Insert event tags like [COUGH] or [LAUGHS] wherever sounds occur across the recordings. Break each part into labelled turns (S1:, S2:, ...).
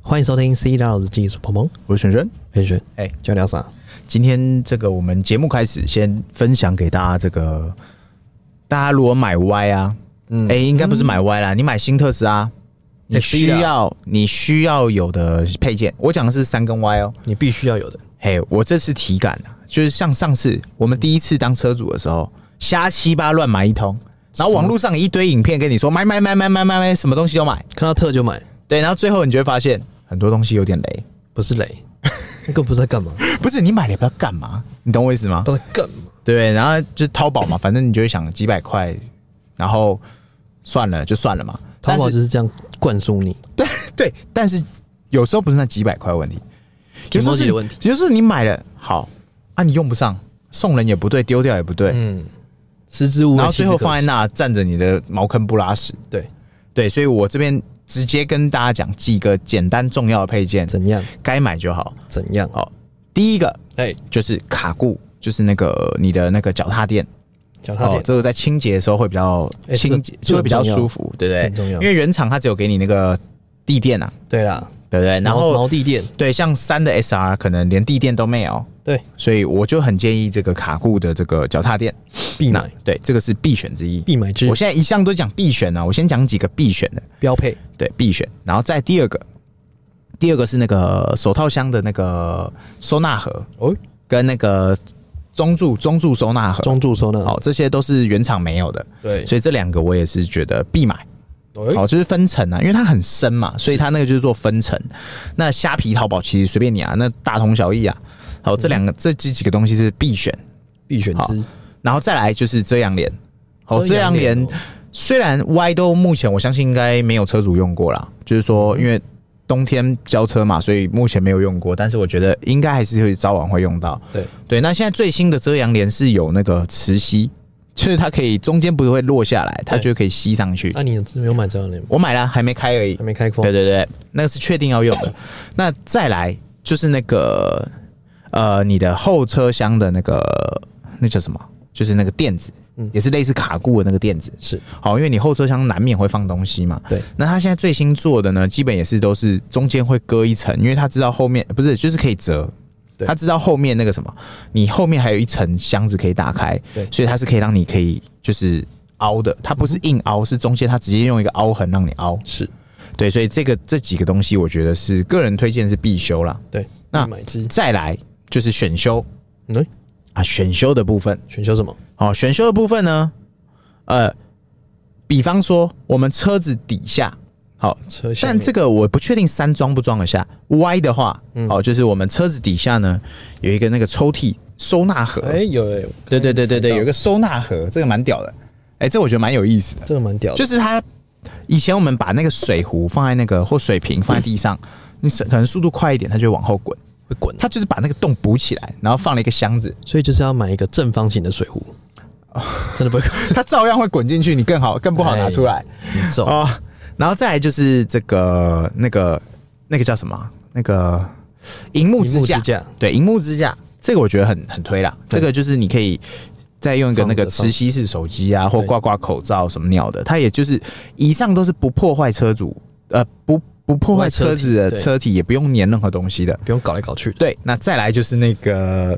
S1: 欢迎收听《C 大佬的技术鹏鹏
S2: 我是璇璇。
S1: 黑轩，
S2: 哎
S1: 今天聊啥？
S2: 今天这个我们节目开始，先分享给大家这个，大家如果买 Y 啊，嗯，哎、应该不是买 Y 啦，你买新特斯拉，你需
S1: Xperia
S2: 要你需要有的配件，我讲的是三根 Y 哦。
S1: 你必须要有的，
S2: 嘿，我这次体感啊，就是像上次我们第一次当车主的时候，瞎七八乱买一通，然后网络上有一堆影片跟你说买买买买买买买，什么东西都买，
S1: 看到特就买，
S2: 对，然后最后你就会发现很多东西有点雷，
S1: 不是
S2: [LAUGHS]
S1: 雷，那个不知道干嘛，
S2: 不是你买了也不知道干嘛，你懂我意思吗？
S1: 不知道干嘛。
S2: 对，然后就是淘宝嘛，反正你就会想几百块，然后算了就算了嘛。
S1: 淘宝
S2: 但是
S1: 就是这样灌输你，
S2: 对对，但是有时候不是那几百块的问题，有时候
S1: Kimoji
S2: 是
S1: 的问题，
S2: 有时候你买了好啊，你用不上，送人也不对，丢掉也不对，
S1: 嗯，食之无味，
S2: 然后最后放在
S1: 弃之可
S2: 那占着你的茅坑不拉屎。
S1: 惜，对，
S2: 对，所以我这边直接跟大家讲几个简单重要的配件，
S1: 怎样
S2: 该买就好。
S1: 怎样？
S2: 好，第一个
S1: 哎，
S2: 就是卡固，就是那个你的那个脚踏垫。
S1: 脚踏
S2: 哦
S1: 垫，
S2: 这个在清洁的时候会比较
S1: 哎
S2: 清
S1: 这
S2: 洁
S1: 个，
S2: 就会比较
S1: 这个很重要
S2: 舒服，对不
S1: 很重
S2: 对？
S1: 要
S2: 因为原厂它只有给你那个地垫啊，
S1: 对啦，
S2: 对不对？然
S1: 毛
S2: 后
S1: 毛地垫，
S2: 对像三的 SR 可能连地垫都没有，
S1: 对，
S2: 所以我就很建议这个卡固的这个脚踏垫。
S1: 必
S2: 那
S1: 买
S2: 对，这个是必选之一。
S1: 必买之
S2: 我现在一向都讲必选啊，我先讲几个必选的，
S1: 标配，
S2: 对，必选。然后再第二个，第二个是那个手套箱的那个收纳盒
S1: 哦，
S2: 跟那个中柱中柱收纳盒，
S1: 中柱收纳，
S2: 哦，这些都是原厂没有的。
S1: 对，
S2: 所以这两个我也是觉得必买。
S1: 哎
S2: 哦，就是分层啊，因为它很深嘛，所以它那个就是做分层。那虾皮、淘宝其实随便你啊，那大同小异啊。好，这两个、这这几个东西是必选，
S1: 必选之
S2: 然后再来就是遮阳帘。好，遮阳
S1: 帘
S2: 帘
S1: 哦，
S2: 虽然 Y 都目前我相信应该没有车主用过啦，就是说因为冬天交车嘛，所以目前没有用过，但是我觉得应该还是会早晚会用到。
S1: 对，
S2: 对，那现在最新的遮阳帘是有那个磁吸，就是它可以中间不会落下来，它
S1: 对
S2: 就可以吸上去。
S1: 那啊你有没有买这样的吗？
S2: 我买了，还没开而已
S1: 还。没开封
S2: 对，对对，那个是确定要用的。那再来就是那个呃，你的后车厢的那个那叫什么？就是那个垫子，
S1: 嗯
S2: 也是类似卡固的那个垫子。
S1: 是
S2: 好，因为你后车厢难免会放东西嘛。
S1: 对。
S2: 那它现在最新做的呢，基本也是都是中间会割一层，因为它知道后面不是就是可以折。
S1: 对
S2: 它知道后面那个什么，你后面还有一层箱子可以打开，
S1: 对
S2: 所以它是可以让你可以就是凹的，它不是硬凹，是中间它直接用一个凹痕让你凹，
S1: 是，
S2: 对，所以这个这几个东西，我觉得是个人推荐是必修啦。
S1: 对，
S2: 那
S1: 必买之，
S2: 再来就是选修
S1: 嗯，哎
S2: 啊，选修的部分，
S1: 选修什么？
S2: 哦，选修的部分呢，呃，比方说我们车子底下，好、
S1: 车厢
S2: 但
S1: 面，
S2: 这个我不确定三装不装得下。Y 的话，
S1: 嗯
S2: 哦，就是我们车子底下呢有一个那个抽屉收纳盒，
S1: 哎有哎，
S2: 对对对对对，有一
S1: 个
S2: 个收纳盒，这个蛮屌的，哎、这我觉得蛮有意思的。
S1: 这个蛮屌的，
S2: 就是它以前我们把那个水壶放在那个或水瓶放在地
S1: 嗯
S2: 上，你是可能速度快一点，它就会往后滚。
S1: 会滚啊，
S2: 它就是把那个洞补起来，然后放了一个箱
S1: [LAUGHS]
S2: 子，
S1: 所以就是要买一个正方形的水壶，
S2: [LAUGHS]
S1: 真的不会滚
S2: 它照样会滚进去，你更好更不好
S1: 哎
S2: 拿出来
S1: 很重，
S2: 哦。然后再来就是这个那个那个叫什么啊？那个荧幕支
S1: 荧幕
S2: 架，
S1: 支架
S2: 对，荧幕支架，这个我觉得很很推啦。这个就是你可以再用一个那个
S1: 放着放
S2: 磁吸式手机啊，或
S1: 对
S2: 挂挂口罩什么鸟的，它也就是以上都是不破坏车主，呃，不不破坏车子
S1: 不
S2: 的
S1: 破坏车体对
S2: 车体，也不用粘任何东西的。
S1: 不用搞来搞去的，
S2: 对，那再来就是那个。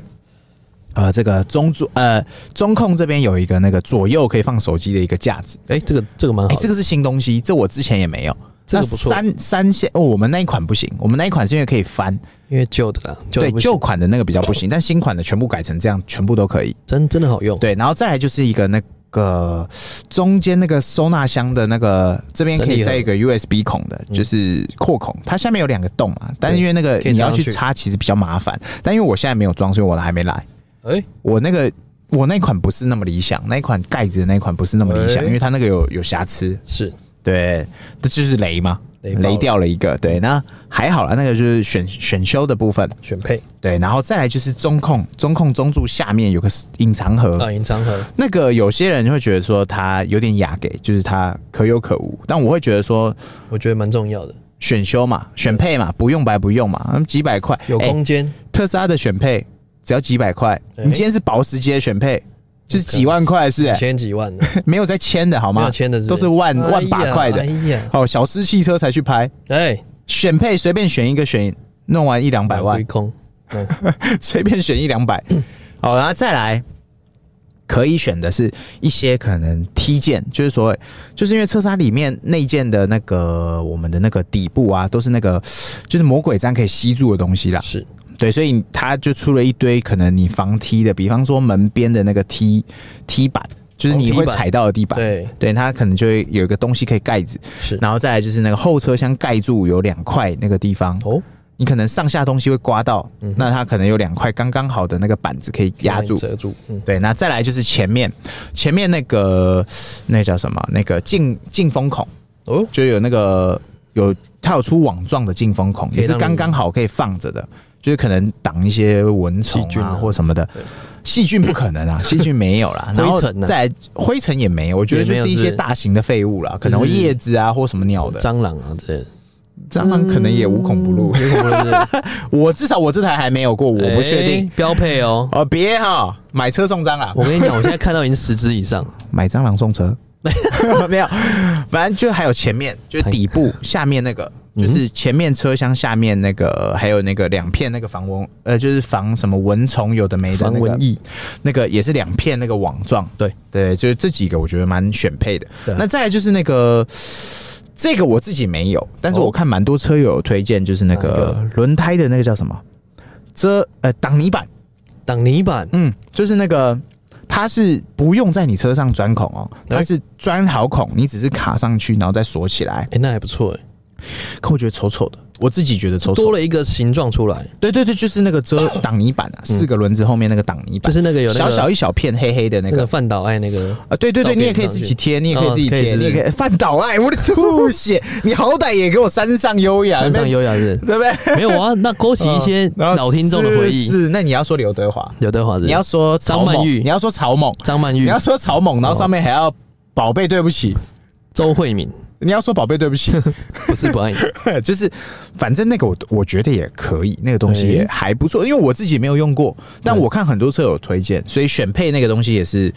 S2: 呃，这个中柱呃中控这边有一个那个左右可以放手机的一个架子，
S1: 哎，这个这个蛮
S2: 哎、
S1: 好
S2: 这
S1: 的，
S2: 个是新东西，这我之前也没有。
S1: 这个
S2: 那
S1: 不错
S2: 三三线哦，我们那一款不行，我们那一款是因为可以翻，
S1: 因为旧的啦，旧的
S2: 对
S1: 不行
S2: 旧款的那个比较不行，但新款的全部改成这样，全部都可以。
S1: 真真的好用，
S2: 对，然后再来就是一个那个中间那个收纳箱的那个这边可
S1: 整理
S2: 以
S1: 盒嗯
S2: 在一个 USB 孔的，就是扩孔，它下面有两个洞嘛，但是因为那个
S1: 可以
S2: 你要
S1: 插上
S2: 去
S1: 去
S2: 插其实比较麻烦，但因为我现在没有装，所以我还没来。
S1: 哎，
S2: 我那个我那款不是那么理想，那一款盖子的那一款不是那么理想，
S1: 哎
S2: 因为它那个有有瑕疵，
S1: 是
S2: 对，这就是雷嘛，
S1: 雷爆了
S2: 雷掉了一个，对，那还好啦，那个就是选选修的部分。
S1: 选配
S2: 对，然后再来就是中控，中控中柱下面有个隐藏盒，
S1: 啊，隐藏盒
S2: 那个有些人会觉得说它有点雅给，就是它可有可无，但我会觉得说
S1: 我觉得蛮重要的，
S2: 选修嘛，选配嘛，不用白不用嘛，嗯几百块，
S1: 有
S2: 哎
S1: 空间，
S2: 特斯拉的选配只要几百块，
S1: 哎
S2: 你今天是保时捷选配。就是几万块的事、
S1: 几
S2: 哎
S1: 千几万的，
S2: 没有在签的好
S1: 没
S2: 吗？
S1: 有签的不哎
S2: 都是万万把块的
S1: 哎。呀，
S2: 哦，小资汽车才去拍，
S1: 哎呀，
S2: 选配随便选一个选，弄完一两百万
S1: 归，空，
S2: 随便选一
S1: [COUGHS]
S2: 两百。好，然后再来可以选的是一些可能梯件，就是所谓，就是因为车衫里面内件的那个我们的那个底部啊，都是那个就是魔鬼毡可以吸住的东西啦。
S1: 是
S2: 对，所以它就出了一堆可能你防踢的，比方说门边的那个踢踢板，就是你会
S1: 哦防踢板
S2: 踩到的地板。
S1: 对
S2: 对，它可能就会有一个东西可以盖子，
S1: 是
S2: 然后再来就是那个后车厢盖住有两块那个地方，
S1: 哦，
S2: 你可能上下东西会刮到，
S1: 嗯
S2: 那它可能有两块刚刚好的那个板子可以压住。
S1: 遮住，嗯，
S2: 对，那再来就是前面，前面那个那叫什么？那个进进风孔
S1: 哦，
S2: 就有那个有它有出网状的进风孔，
S1: 可以
S2: 也是
S1: 让你
S2: 刚刚好可以放着的，就是可能挡一些蚊虫、啊、
S1: 细菌啊
S2: 或什么的
S1: 对。
S2: 细菌不可
S1: [LAUGHS]
S2: 能啊，细菌没有啦，然后
S1: 灰尘啊
S2: 再来灰尘也没有，我觉得
S1: 也
S2: 就
S1: 没有
S2: 是一
S1: 是
S2: 些大型的废物啦，可能
S1: 就是
S2: 叶子啊或什么鸟的，
S1: 蟑螂啊之类的，
S2: 蟑螂可能也无孔不入。
S1: 有可能是
S2: 我至少我这台还没有过，我不确定。
S1: 哎标配哦。
S2: 哦，别哈，买车送蟑啊螂，
S1: [LAUGHS] 我跟你讲，我现在看到已经十只以
S2: [LAUGHS]
S1: 上了，
S2: 买蟑螂送车， [LAUGHS] 没有，反正就还有前面，就是底部下面那个，就是前面车厢下面那个，还有那个两片那个防蚊，呃，就是防什么蚊虫有的没的
S1: 防
S2: 那个
S1: 蚊，疫
S2: 那个也是两片那个网状，
S1: 对
S2: 对，就是这几个我觉得蛮选配的
S1: 对。啊
S2: 那再来就是那个。这个我自己没有，但是
S1: 哦
S2: 我看蛮多车友有推荐，就是那
S1: 哪
S2: 个轮胎的那个叫什么遮呃挡泥板，
S1: 挡泥板，
S2: 嗯，就是那个，它是不用在你车上钻孔哦，
S1: 哎
S2: 它是钻好孔，你只是卡上去，然后再锁起来。
S1: 哎，那还不错哎，
S2: 可我觉得丑丑的，我自己觉得丑丑
S1: 多
S2: 的。
S1: 了一个形状出来，
S2: 对对对，就是那个遮
S1: [COUGHS]
S2: 挡泥板啊，四个轮子后面那个挡泥
S1: 嗯就
S2: 板，
S1: 是那个有那
S2: 小
S1: 个
S2: 小一小片黑黑的那
S1: 那个
S2: 个。
S1: 范岛爱那个，
S2: 啊，对对
S1: 照
S2: 对，
S1: 片
S2: 你也可以自己贴，你也可以自己
S1: 哦可以
S2: 贴，
S1: 是不
S2: 你
S1: 是
S2: 也可以 [LAUGHS] 范岛爱，我的吐血！你好歹也给我山上优雅，
S1: 山上优雅日
S2: [LAUGHS] 那，对不对？
S1: 没有啊？那勾起一些
S2: 然后
S1: 老听众的回忆
S2: 是，是，那你要说刘德华，
S1: 刘德华的，
S2: 你要说曹
S1: 张曼
S2: 猛
S1: 玉
S2: 你要说曹猛，
S1: 张曼
S2: 你
S1: 玉、
S2: 要说草蜢，然后
S1: 哦
S2: 上面还要宝贝对不起，
S1: 周慧敏，
S2: 你要说宝贝对不起，
S1: 不是不爱你，
S2: [LAUGHS] 就是反正那个我我觉得也可以，那个东西也
S1: 哎
S2: 还不错，因为我自己没有用过，但
S1: 对
S2: 我看很多车友推荐，所以选配那个东西也是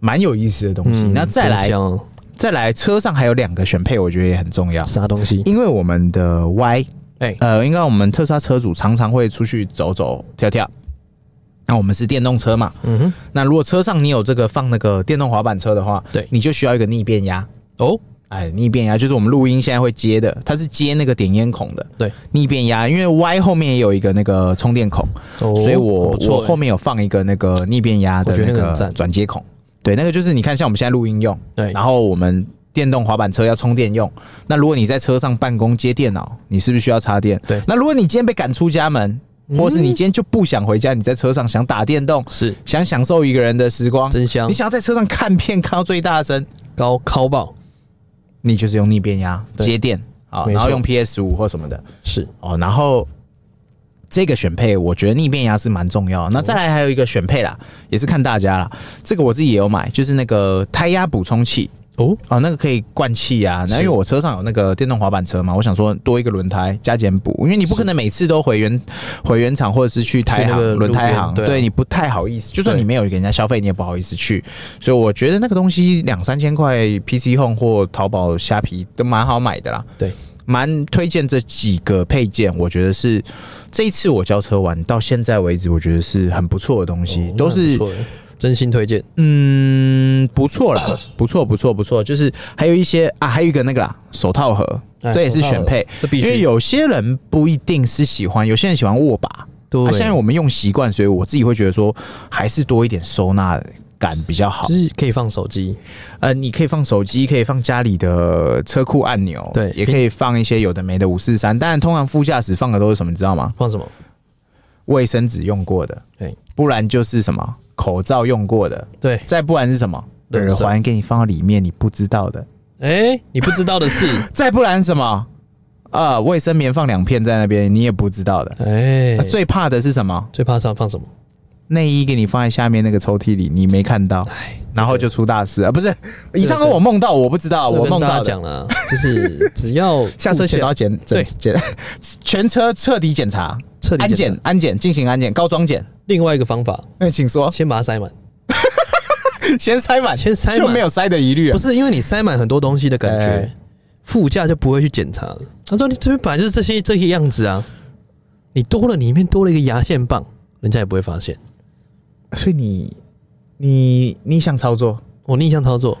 S2: 蛮有意思的东西。
S1: 嗯
S2: 那再
S1: 真
S2: 来
S1: 香哦
S2: 再来，车上还有两个选配，我觉得也很重要，
S1: 啥东西？
S2: 因为我们的 Y
S1: 哎，
S2: 呃，应该我们特斯拉车主常常会出去走走跳跳。那我们是电动车嘛？
S1: 嗯哼，
S2: 那如果车上你有这个放那个电动滑板车的话，
S1: 对
S2: 你就需要一个逆变压。
S1: 哦，
S2: 哎，逆变压就是我们录音现在会接的，它是接那个点烟孔的
S1: 对，
S2: 逆变压，因为 Y 后面也有一个那个充电孔，
S1: 哦
S2: 所以我
S1: 不
S2: 我
S1: 错
S2: 后
S1: 欸，
S2: 面有放一个那个逆变压的
S1: 我觉得那个很
S2: 个
S1: 赞
S2: 转接孔，对，那个就是你看像我们现在录音用，
S1: 对
S2: 然后我们电动滑板车要充电用，那如果你在车上办公接电脑，你是不是需要插电？
S1: 对嗯
S2: 那如果你今天被赶出家门，或是你今天就不想回家，你在车上想打电动，
S1: 是
S2: 想享受一个人的时光，
S1: 真香
S2: 你，想要在车上看片看到最大声，
S1: 高高爆
S2: 你就是用逆变压
S1: 对
S2: 接电啊，
S1: 没错
S2: 然后用 PS 五或什么的
S1: 是
S2: 哦，然后这个选配，我觉得逆变压是蛮重
S1: 哦
S2: 要的。那再来还有一个选配啦，也是看大家啦。这个我自己也有买，就是那个胎压补充器
S1: 哦，
S2: 哦，那个可以灌气啊。那因为我车上有那个电动滑板车嘛，我想说多一个轮胎加减补，因为你不可能每次都回原回原厂或者是去胎
S1: 去那个
S2: 行
S1: 路边
S2: 轮胎行，
S1: 对啊
S2: 对你不太好意思。就算你
S1: 对
S2: 没有给人家消费，你也不好意思去。所以我觉得那个东西两三千块，PC Home 或淘宝虾皮都蛮好买的啦。
S1: 对，
S2: 蛮推荐这几个配件，我觉得是这一次我交车玩到现在为止，我觉得是很不错的东西，
S1: 哦
S2: 都
S1: 那很
S2: 是
S1: 不错欸真心推荐，
S2: 嗯不错
S1: [COUGHS]
S2: 啦，不错不错不错，就是还有一些啊，还有一个那个啦，手套盒，
S1: 哎
S2: 这也是
S1: 手套
S2: 选配，
S1: 这必
S2: 因为
S1: 须
S2: 有些人不一定是喜欢，有些人喜欢握把，
S1: 对
S2: 啊，现在我们用习惯，所以我自己会觉得说还是多一点收纳感比较好
S1: 就。是可以放手机，
S2: 呃，你可以放手机，可以放家里的车库按钮，
S1: 对
S2: 也可以放一些有的没的五四三。当然，通常副驾驶放的都是什么，你知道吗？
S1: 放什么？
S2: 卫生纸用过的，
S1: 对，
S2: 不然就是什么口罩用过的，
S1: 对，
S2: 再不然是什么
S1: 耳
S2: 耳
S1: 塞
S2: 环给你放到里面你不知道的，
S1: 哎，你不知道的事，
S2: [LAUGHS] 再不然什么呃卫生棉放两片在那边你也不知道的。
S1: 哎
S2: 啊，最怕的是什么？
S1: 最怕上放什么？
S2: 内衣给你放在下面那个抽屉里，你没看到，
S1: 哎，
S2: 然后就出大事啊！不是，以上都我梦到，我不知道，
S1: 这个
S2: 啊我
S1: 跟
S2: 梦
S1: 大
S2: 到
S1: 家
S2: 的。
S1: 讲了，就是只要
S2: [LAUGHS] 下车前都要检
S1: 对
S2: 检检，全车彻底检查，
S1: 彻底
S2: 安
S1: 检
S2: 检
S1: 查。
S2: 安检进行安检，高装检。
S1: 另外一个方法，
S2: 那请说，
S1: 先把它塞满，
S2: [LAUGHS] 先塞满，
S1: 先塞满
S2: 就没有塞的疑虑
S1: 不
S2: 啊。
S1: 是因为你塞满很多东西的感
S2: 哎
S1: 觉，副驾就不会去检查了。他说：“你这边本来就是这些这些样子啊，你多了里面多了一个牙线棒，人家也不会发现。
S2: 所以你你你想操作，
S1: 我逆向操作，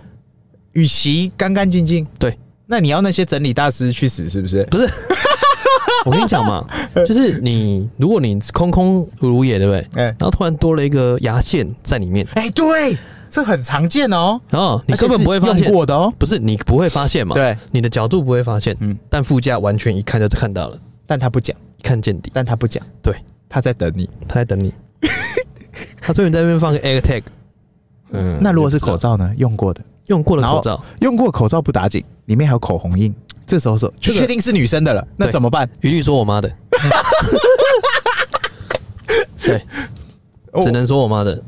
S2: 与其干干净净，
S1: 对，
S2: 那你要那些整理大师去死是不是？
S1: 不是。
S2: [LAUGHS]
S1: 我跟你讲嘛，就是你如果你空空如也，对不对？
S2: 哎、
S1: 然后突然多了一个牙线在里面，
S2: 哎、对，这很常见哦，
S1: 然后你根本不会发
S2: 而且是
S1: 现
S2: 用，过的哦。
S1: 不是你不会发现嘛？
S2: 对，
S1: 你的角度不会发现，
S2: 嗯
S1: 但副驾完全一看就看到了，
S2: 但他不讲，
S1: 一看见底，
S2: 但他不讲，
S1: 对，嗯
S2: 他在等你。
S1: 他在等你。 [LAUGHS] 他终于在那边放个 AirTag，嗯
S2: 那如果是
S1: 口
S2: 口
S1: 罩，
S2: 罩呢？用过的，
S1: 用过的
S2: 然后
S1: 口罩，
S2: 用过口罩不打紧，里面还有口红印，这时候说
S1: 这
S2: 就
S1: 个
S2: 确定是女生的了，那
S1: 对
S2: 怎么办？
S1: 一律说我
S2: [LAUGHS]
S1: 妈的，对，
S2: 哦
S1: 只能说我妈的，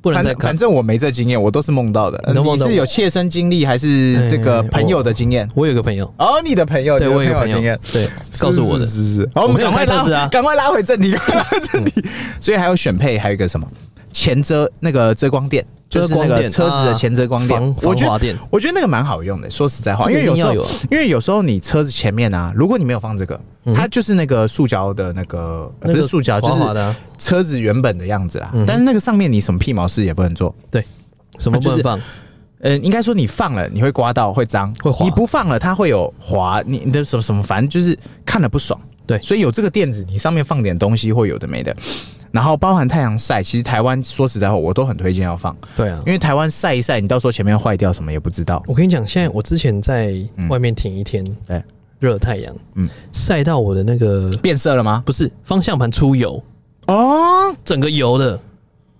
S1: 不能
S2: 反
S1: 再
S2: 正
S1: 看
S2: 反。正我没这经验，我都是梦到的。
S1: 你都梦到
S2: 是有切身经历还是这个
S1: 哎
S2: 朋友的经验？
S1: 我有个朋友，
S2: 哦，你的朋友，
S1: 对
S2: 你的
S1: 我有个
S2: 朋
S1: 朋
S2: 友的经
S1: 友
S2: 验，，
S1: 对，告诉我的
S2: 是，是是是。好，我们
S1: 我没有
S2: 赶快
S1: 开特斯
S2: 拉，
S1: 拉
S2: 赶快拉回正题，
S1: [LAUGHS]
S2: 赶快拉回正题。所以还有选配，还有一个什么前遮那个遮光垫，就是那
S1: 遮光
S2: 个
S1: 垫
S2: 车子的前遮光
S1: 啊
S2: 垫
S1: 防，
S2: 我
S1: 防
S2: 觉
S1: 滑
S2: 得
S1: 垫
S2: 我觉得那个蛮好用的。说实在话，
S1: 这
S2: 因
S1: 个
S2: 为有时候
S1: 一定要有啊嗯
S2: 因为有时候你车子前面啊，如果你没有放这个，它就是那个塑胶的那个，
S1: 那
S2: 呃不
S1: 个
S2: 是塑胶，就
S1: 滑滑的
S2: 是
S1: 啊
S2: 车子原本的样子啦
S1: 嗯。哼
S2: 但是那个上面你什么屁毛事也不能做，
S1: 对，什么不
S2: 啊
S1: 能放？
S2: 嗯，应该说你放了，你会刮到，会脏，
S1: 会滑
S2: 你不放了，它会有滑，你你的什么什么，反正就是看了不爽。
S1: 对
S2: 所以有这个垫子，你上面放点东西会有的没的。然后包含太阳晒，其实台湾说实在话，我都很推荐要放，
S1: 对啊，
S2: 因为台湾晒一晒，你到时候前面坏掉什么也不知道。
S1: 我跟你讲，现在我之前在外面停一天，
S2: 对，
S1: 热太阳，
S2: 嗯
S1: 嗯，晒到我的那个
S2: 变色了吗？
S1: 不是方向盘出油，
S2: 哦，
S1: 整个油的，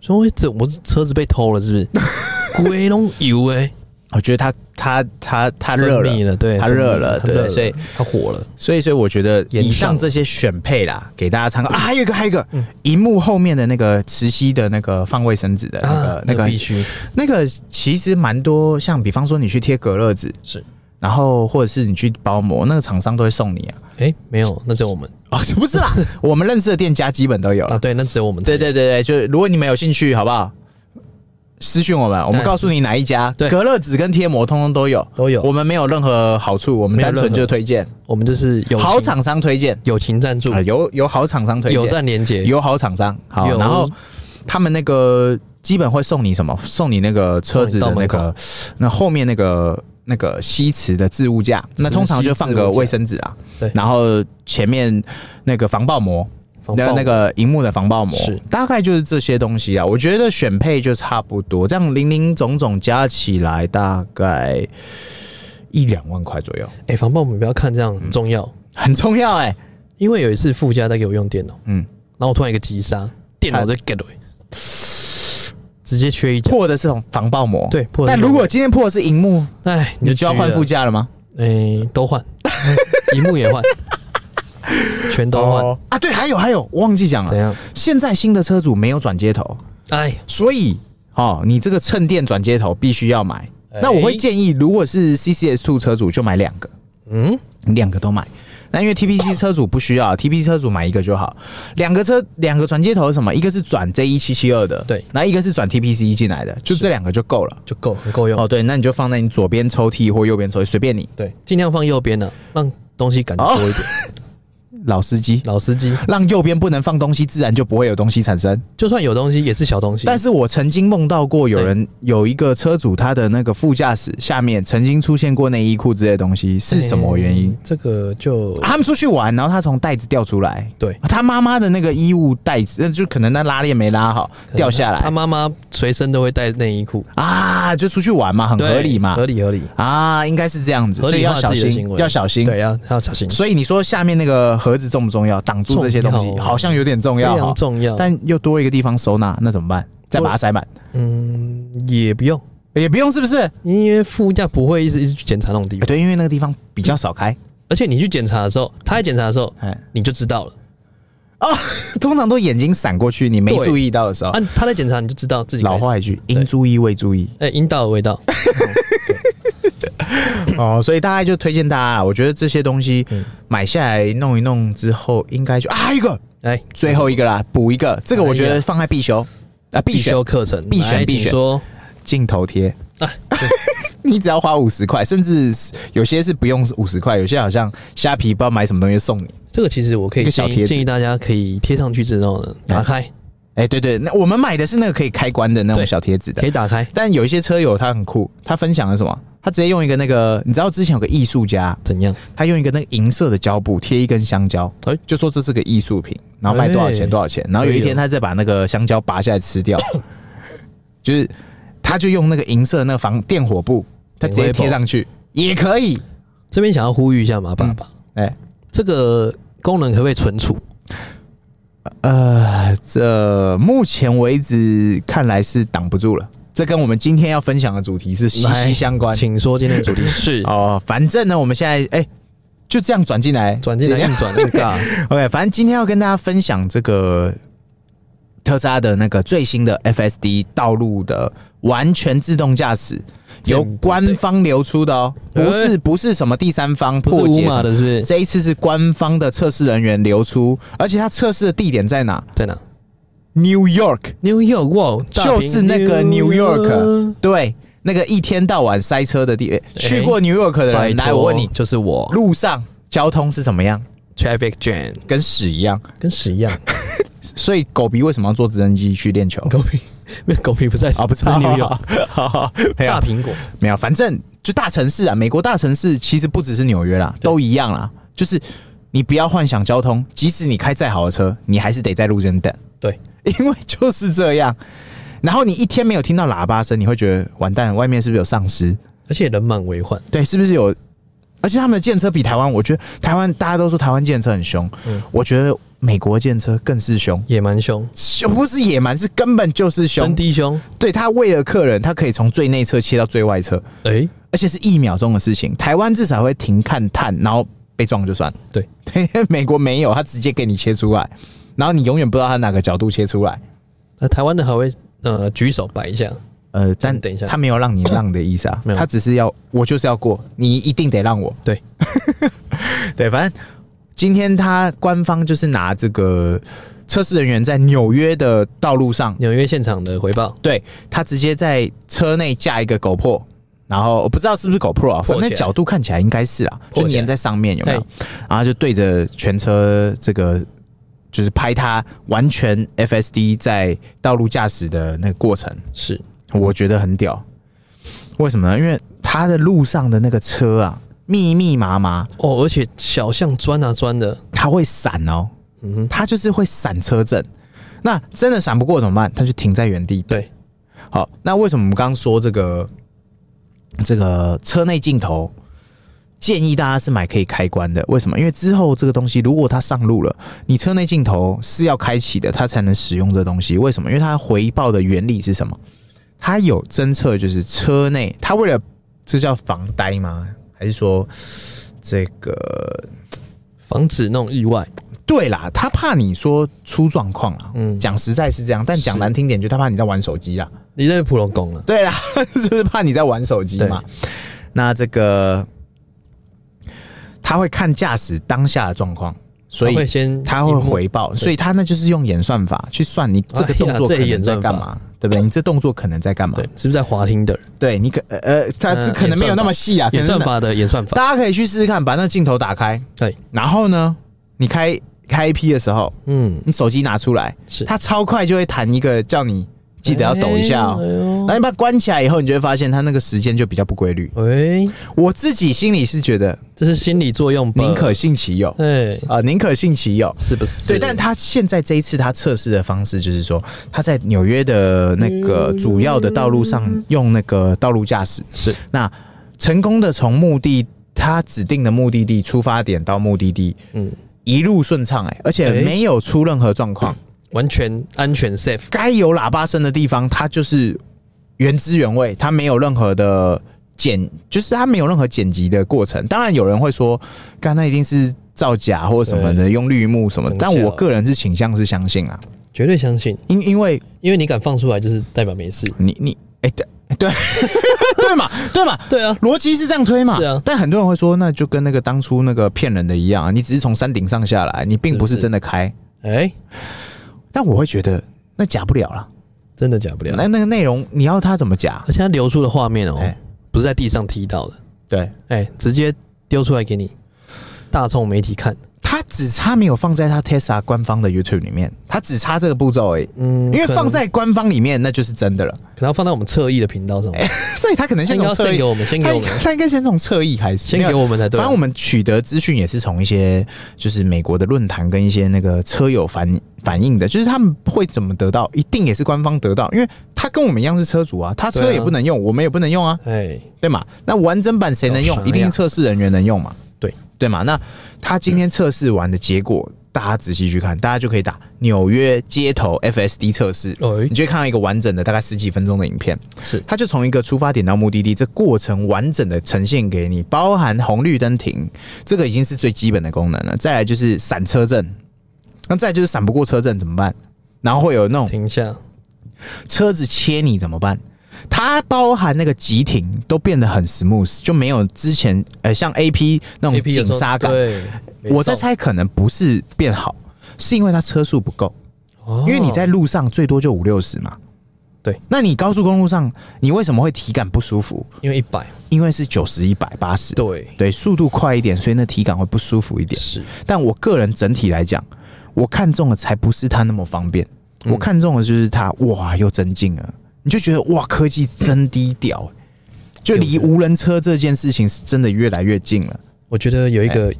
S1: 说我整我车子被偷了是不
S2: [LAUGHS]
S1: 是？鬼弄油哎、
S2: 我觉得它它它它
S1: 它
S2: 热了，
S1: 了，对，
S2: 它
S1: 分泌
S2: 热了
S1: 它
S2: 对
S1: 热了
S2: 所以
S1: 它火了，
S2: 所以所以我觉得
S1: 延
S2: 以
S1: 上
S2: 上这些选配啦，给大家参考啊。还有一个还有一个，荧幕后面的那个磁吸的那个放卫生纸的呃那个、
S1: 啊
S2: 那个
S1: 必须
S2: 那个其实蛮多，像比方说你去贴隔热纸，
S1: 是，
S2: 然后或者是你去包膜，那个厂商都会送你啊。
S1: 哎、没有，那只有我们
S2: 哦，不是啦， [LAUGHS] 我们认识的店家基本都有
S1: 啊，
S2: 了。
S1: 对，那只有我们，
S2: 对，对对对，就是如果你们有兴趣，好不好？私讯我们，我们告诉你哪一家。
S1: 对
S2: 隔热纸跟贴膜通通都有，
S1: 都有
S2: 我们没有任何好处，我们
S1: 没有
S2: 单
S1: 任何
S2: 纯就推荐
S1: 我们就是友情
S2: 好厂商推荐
S1: 友情赞助
S2: 啊，，有有好厂商推
S1: 友
S2: 荐，
S1: 善连接，
S2: 有好厂商好，
S1: 有
S2: 然后他们那个基本会送你什么？送你那个车子的那
S1: 哦送你到
S2: 个，那后面那个那个吸磁的置物架，那通常就放
S1: 磁吸置
S2: 个
S1: 物架
S2: 卫生纸啊，
S1: 对
S2: 然后前面那个防爆膜。
S1: 防
S2: 那
S1: 爆
S2: 那个荧幕的防爆膜
S1: 是，
S2: 大概就是这些东西啊。我觉得选配就差不多，这样零零总总加起来大概一两万块左右，
S1: 哎、防爆我们不要看这
S2: 嗯
S1: 样很重要，
S2: 很重要哎、
S1: 因为有一次副驾在给我用电脑，
S2: 嗯，
S1: 然后我突然一个急刹，电脑就 get 了、直接缺一角。
S2: 破的是防爆膜，
S1: 对破的是
S2: 但如果今天破的是荧幕，
S1: 哎，
S2: 你就要
S1: 急了
S2: 换副，驾了吗？
S1: 哎、都换， [LAUGHS] 荧幕
S2: [LAUGHS]
S1: 也换，全都换，
S2: 哦啊！对，还有还有，忘记讲
S1: 怎
S2: 了，
S1: 样？
S2: 现在新的车主没有转接头，
S1: 哎，
S2: 所以哦，你这个衬垫转接头必须要买。
S1: 哎
S2: 那我会建议，如果是 CCS Two 车主就买两个，
S1: 嗯，
S2: 你两个都买。那因为 TPC 车主不需要，TPC 车主买一个就好。两个车两个转接头是什么？一个是转 J 一七七二的，
S1: 对
S2: 那一个是转 TPC 进来的，就这两个就够了。
S1: 就够，很够用。
S2: 哦，对，那你就放在你左边抽屉或右边抽屉，随便你。
S1: 对，尽量放右边呢、让东西感觉多一点。
S2: 老司机，
S1: 老司机，
S2: 让右边不能放东西，自然就不会有东西产生。
S1: 就算有东西也是小东西，
S2: 但是我曾经梦到过有人有一个车主，他的那个副驾驶下面曾经出现过内衣裤之类的东西，是什么原因
S1: 哎？这个就、
S2: 啊他们出去玩，然后他从袋子掉出来，
S1: 对
S2: 他妈妈的那个衣物袋子，那就可能那拉链没拉好，掉下
S1: 他
S2: 来
S1: 妈妈随身都会带内衣裤，
S2: 啊，就出去玩嘛，很
S1: 对
S2: 合理嘛
S1: 合，理合理，
S2: 啊，应该是这样子，
S1: 合
S2: 所以
S1: 理
S2: 要
S1: 化
S2: 小
S1: 自己的行
S2: 心，
S1: 为
S2: 要小心。
S1: 对，要要小心，
S2: 所以你说下面那个盒子重不重要？挡住这些东
S1: 重
S2: 西，
S1: 要哦
S2: 好像有点重
S1: 非
S2: 要
S1: 常
S2: 哈，
S1: 重要。
S2: 但又多一个地方收纳，那怎么办？再把它塞满，
S1: 嗯，也不用，
S2: 也不用是不是？
S1: 因为副驾不会一直一直去检查那种地
S2: 欸
S1: 方，
S2: 对，因为那个地方比较少开，
S1: 而且你去检查的时候，他在检查的时候，
S2: 哎，
S1: 你就知道了
S2: 通常都眼睛闪过去，你没
S1: 对
S2: 注意到的时候
S1: 啊。。他在检查，你就知道自己
S2: 哦老话
S1: 坏，
S2: 一句，
S1: 对
S2: 应注意未注意
S1: 哎，阴道的味道，
S2: 哦，所以大概就推荐大家啦，我觉得这些东西
S1: 嗯
S2: 买下来弄一弄之后，应该就啊还有一个
S1: 哎，
S2: 最后一个啦，补一个，这个我觉
S1: 哎
S2: 得
S1: 呀
S2: 放在必修啊，必
S1: 必
S2: 选
S1: 修课程，
S2: 必选
S1: 来
S2: 必选
S1: 请说
S2: 镜头贴，
S1: 啊，对
S2: 你只要花五十块，甚至有些是不用五十块，有些好像虾皮不知道买什么东西送你。
S1: 这个其实我可
S2: 一
S1: 以
S2: 个小
S1: 建
S2: 贴
S1: 议
S2: 纸
S1: 建议大家可以贴上去之后呢，打开
S2: 哎、对对，那我们买的是那个可以开关的那种
S1: 对
S2: 小贴纸的
S1: 可，以打开，
S2: 但有一些车友他很酷，他分享了什么？他直接用一个那个，你知道之前有个艺术家，
S1: 怎样？
S2: 他用一个那个银色的胶布贴一根香蕉，
S1: 哎
S2: 就说这是个艺术品，然后卖
S1: 哎
S2: 多少钱多少钱，然后有一
S1: 哎
S2: 天
S1: 呦
S2: 他再把那个香蕉拔下来吃
S1: [COUGHS]
S2: 掉，就是他就用那个银色的那个防电火布，他直接贴上去也可以，
S1: 这边想要呼吁一下马爸爸，
S2: 哎、
S1: 这个功能可不可以存储？
S2: 呃，这目前为止看来是挡不住了，这跟我们今天要分享的主题是息息
S1: 来
S2: 相关
S1: 请说今天的主题是
S2: [LAUGHS] 哦。反正呢，我们现在哎、就这样转进来，
S1: 转进来硬转硬
S2: [LAUGHS]
S1: 尬，
S2: OK，反正今天要跟大家分享这个特斯拉的那个最新的 FSD 道路的完全自动驾驶，由官方流出的哦，
S1: 哎
S2: 不是不是什么第三方
S1: 不
S2: 破
S1: 是
S2: 解
S1: 无
S2: 什
S1: 码
S2: 么
S1: 的是
S2: 这一次是官方的测试人员流出，而且它测试的地点在哪
S1: 在哪
S2: ？New York，
S1: ？New York，哇，大
S2: 就
S1: 屏
S2: 是那个 New York，啊
S1: York
S2: 对，那个一天到晚塞车的地，哎去过 New York 的
S1: 拜
S2: 人，
S1: 托
S2: 来我问你，
S1: 就是我
S2: 路上交通是怎么样？
S1: traffic jam
S2: 跟屎一样，
S1: 跟屎一样，
S2: 所以狗鼻为什么要坐直升机去练球？
S1: [LAUGHS] 狗皮没有狗皮不在啊
S2: 啊，不是
S1: 在 [LAUGHS] New York，
S2: York，没
S1: 大
S2: 有
S1: 苹果
S2: 没有，反正就大城市啊，美国大城市其实不只是纽约啦，都一样啦，就是你不要幻想交通，即使你开再好的车，你还是得在路边等， [LAUGHS]
S1: 对，
S2: 因为就是这样。然后你一天没有听到喇叭声，你会觉得完蛋，外面是不是有丧尸？
S1: 而且人满为患，
S2: 对，是不是有？而且他们的建车比台湾，我觉得台湾大家都说台湾建车很凶，
S1: 嗯
S2: 我觉得美国建车更是凶，
S1: 也蛮凶，
S2: 凶不是野蛮，是根本就是凶
S1: 真。低凶，
S2: 对他为了客人，他可以从最内侧切到最外侧，
S1: 哎，
S2: 而且是一秒钟的事情。台湾至少会停看探，然后被撞就算。
S1: 对，
S2: [LAUGHS] 美国没有，他直接给你切出来，然后你永远不知道他哪个角度切出来。
S1: 那台湾的还会呃举手摆一下，
S2: 呃，但
S1: 等一下
S2: 他没有让你让的意思啊
S1: 没，有
S2: 他只是要我就是要过，你一定得让我。
S1: 对，
S2: [LAUGHS] 对，反正今天他官方就是拿这个测试人员在纽约的道路上
S1: 纽约现场的回报，
S2: 对他直接在车内架一个狗破，然后我不知道是不是狗破啊，
S1: 破
S2: 反
S1: 起来
S2: 正角度看起来应该是啊，
S1: 破
S2: 就
S1: 起来
S2: 粘在上面有没有
S1: 嘿？
S2: 然后就对着全车这个就是拍他完全 FSD 在道路驾驶的那个过程，
S1: 是
S2: 我觉得很屌。为什么呢？因为他的路上的那个车啊，密密麻麻，
S1: 哦，而且小巷钻啊钻的，
S2: 它会闪哦，
S1: 嗯哼，
S2: 它就是会闪车阵。那真的闪不过怎么办？他就停在原地
S1: 对，
S2: 好，那为什么我们刚刚说这个这个车内镜头建议大家是买可以开关的？为什么？因为之后这个东西如果它上路了，你车内镜头是要开启的，它才能使用这东西。为什么？因为它回报的原理是什么？它有侦测，就是车内，它为了这叫防呆吗？还是说这个
S1: 防止那种意外，
S2: 对啦，他怕你说出状况啦。嗯，
S1: 嗯
S2: 讲实在是这样，但讲
S1: 是
S2: 难听点，就他怕你在玩手机啦。
S1: 你在普龙宫了，
S2: 对啦， [LAUGHS] 就是怕你在玩手机嘛。那这个他会看驾驶当下的状况，所
S1: 他
S2: 以
S1: 会先
S2: 他会回报，所以他那就是用演算法去算你
S1: 哎
S2: 这个动作可能在干嘛，对不对？你这动作可能在干嘛
S1: 对？，是不是在滑听的
S2: 对你可呃呃，他
S1: 嗯
S2: 这可能没有那么细啊，可
S1: 演
S2: 能
S1: 算法的演算法？
S2: 大家可以去试试看，把那个镜头打开，
S1: 对，
S2: 然后呢，你开开 AP 的时候，
S1: 嗯，
S2: 你手机拿出来，
S1: 是
S2: 它超快就会弹一个叫你记得要抖一下哦、然
S1: 哦，
S2: 后你把它关起来以后，你就会发现它那个时间就比较不规律。
S1: 喂，
S2: 我自己心里是觉得
S1: 这是心理作用吧，
S2: 宁可信其有
S1: 哎，
S2: 啊，宁、可信其有。
S1: 是不是？
S2: 对，但他现在这一次他测试的方式就是说，他在纽约的那个主要的道路上用那个道路驾驶，
S1: 是
S2: 那成功的从目的他指定的目的地出发点到目的地
S1: 嗯，
S2: 一路顺畅，哎，而且
S1: 哎
S2: 没有出任何状况。
S1: 完全安全 safe，
S2: 该有喇叭声的地方，它就是原汁原味，它没有任何的剪，就是它没有任何剪辑的过程。当然，有人会说，刚那一定是造假或者什么的，用绿幕什么的。
S1: 真
S2: 但
S1: 假
S2: 我个人是倾向是相信啊，
S1: 绝对相信，
S2: 因因为
S1: 因为你敢放出来，就是代表没事。
S2: 你你哎、对对对嘛 [LAUGHS] 对嘛。
S1: 对啊，
S2: 逻辑是这样推嘛？
S1: 是啊
S2: 但很多人会说，那就跟那个当初那个骗人的一样啊，你只是从山顶上下来，你并不是
S1: 是不是
S2: 真的开。
S1: 哎，
S2: 但我会觉得那假不了了，
S1: 真的假不了。
S2: 那那个内容你要它怎么假？
S1: 而且它流出的画面哦
S2: 哎，
S1: 不是在地上踢到的，
S2: 对，
S1: 哎、直接丢出来给你大众媒体看。
S2: 它只差没有放在它 Tesla 官方的 YouTube 里面，它只差这个步骤而已。
S1: 嗯，
S2: 因为
S1: 可能
S2: 放在官方里面，那就是真
S1: [LAUGHS]
S2: 的了。
S1: 可能要放在我们侧翼的频道上面，
S2: 所以他可能先
S1: 应该要
S2: 从哎侧
S1: 先
S2: 翼
S1: 给，我们，先给
S2: 他
S1: 我们，
S2: 他应该先从侧翼开始，
S1: 先
S2: 没
S1: 给
S2: 有啊
S1: 我们才对。
S2: 反正我们取得资讯也是从一些就是美国的论坛跟一些那个车友反反映的，就是他们会怎么得到，一定也是官方得到，因为他跟我们一样是车主啊，他车
S1: 对啊
S2: 也不能用，我们也不能用啊，
S1: 哎，
S2: 对嘛？那完整版谁能用
S1: 搞？啥呀
S2: 一定是测试人员能用嘛？
S1: 对
S2: 对嘛？那他今天测试完的结果，大家仔细去看，大家就可以打纽约街头 FSD 测试。
S1: 哎
S2: 你，就会看到一个完整的大概十几分钟的影片，
S1: 是
S2: 它就从一个出发点到目的地，这过程完整的呈现给你，包含红绿灯停，这个已经是最基本的功能了。再来就是闪车阵，那再来就是闪不过车阵怎么办？然后会有那种
S1: 停下，
S2: 车子切你怎么办？它包含那个急停都变得很 smooth，就没有之前呃像 A P 那种
S1: AP 有时
S2: 紧
S1: 候
S2: 刹感。
S1: 对，没
S2: 我在
S1: 送，
S2: 猜，可能不是变好，是因为它车速不够。
S1: 哦
S2: 因为你在路上最多就五六十嘛。
S1: 对，
S2: 那你高速公路上，你为什么会体感不舒服？
S1: 因为一百，
S2: 因为是九十、一百、八十，
S1: 对，
S2: 对，速度快一点，所以那体感会不舒服一点。
S1: 是
S2: 但我个人整体来讲，我看中的才不是它那么方便，我看中的就是它，哇，又增进了，你就觉得哇，科技真低调、就离无人车这件事情是真的越来越近了。
S1: 我觉得有一
S2: 哎
S1: 个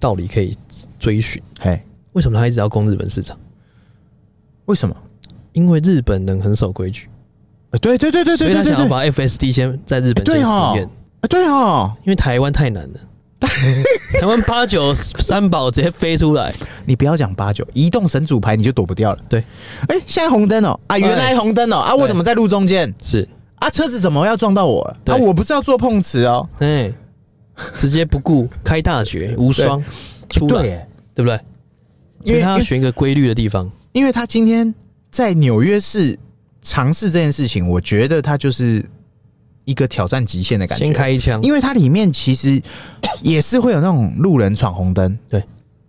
S1: 道理可以追寻，
S2: 嘿，
S1: 为什么他一直要攻日本市场？
S2: 为什么？
S1: 因为日本人很守规矩，
S2: 呃对对对对
S1: 所
S2: 对
S1: 以他
S2: 对对
S1: 想要
S2: 对，
S1: 把 FSD 先在日本先
S2: 对
S1: 实
S2: 哦
S1: 验，
S2: 呃对哦，
S1: 因为台湾太
S2: [LAUGHS]
S1: 难了。台湾八九三宝直接飞出来，
S2: 你不要讲八九，移动神主牌你就躲不掉了。
S1: 对，
S2: 哎、现在红灯哦、啊，原来红灯哦、啊，我怎么在路中间？
S1: 是，
S2: 啊，车子怎么要撞到我了？
S1: 对
S2: 啊，我不是要做碰瓷哦、
S1: 哎，直接不顾开大学无双出来，
S2: 对
S1: 对
S2: 耶，
S1: 不对？
S2: 因
S1: 因
S2: 为
S1: 为他要选一个规律的地方，
S2: 因为他今天在纽约市尝试这件事情，我觉得他就是一个挑战极限的感觉。
S1: 先开一枪，
S2: 因为它里面其实也是会有那种路人闯红灯，
S1: 对，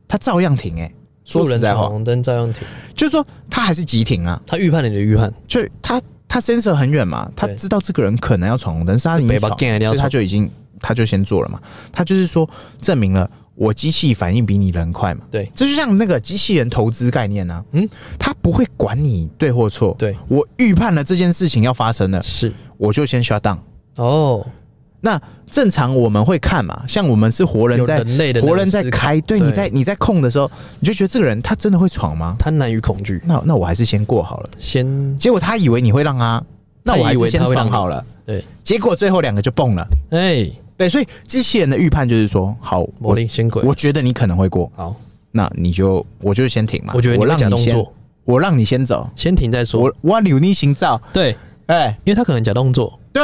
S2: 他照样停、欸。哎，说
S1: 路
S2: 实
S1: 人
S2: 在
S1: 闯
S2: 话，
S1: 红灯照样停，
S2: 就是说他还是急停啊，
S1: 他预判你的预判，
S2: 就他他 sensor 很远嘛，他
S1: 对
S2: 知道这个人可能要闯红灯，是他已经
S1: 北
S2: 闯
S1: 巴
S2: 了，
S1: 干一定要
S2: 所以他
S1: 闯
S2: 就已经他就先做了嘛。他就是说证明了我机器反应比你人快嘛。
S1: 对，
S2: 这就像那个机器人投资概念啊，嗯
S1: 嗯，
S2: 他不会管你对或错。
S1: 对，
S2: 我预判了这件事情要发生了，
S1: 是
S2: 我就先 shut down。
S1: 哦，
S2: 那正常我们会看嘛，像我们是活人
S1: 有
S2: 在
S1: 人类的那
S2: 活
S1: 种
S2: 人在
S1: 思考
S2: 开，对，
S1: 对
S2: 你在你在控的时候，你就觉得这个人他真的会闯吗？
S1: 贪婪与恐惧，
S2: 那那我还是先过好了。
S1: 先
S2: 结果他以为你会让他，那我还是先
S1: 他以为他会让
S2: 闯
S1: 你
S2: 好了。
S1: 对，
S2: 结果最后两个就蹦了。
S1: 哎，
S2: 对，所以机器人的预判就是说，好，
S1: 魔
S2: 我
S1: 力先鬼，
S2: 我觉得你可能会过，
S1: 好，
S2: 那你就我就先停嘛。
S1: 我觉得你
S2: 我
S1: 会
S2: 让
S1: 假
S2: 你
S1: 动
S2: 先，
S1: 作，
S2: 我让你先走，
S1: 先停再说，
S2: 我我留你行照。
S1: 对，
S2: 哎，
S1: 因为他可能假动作，
S2: 对，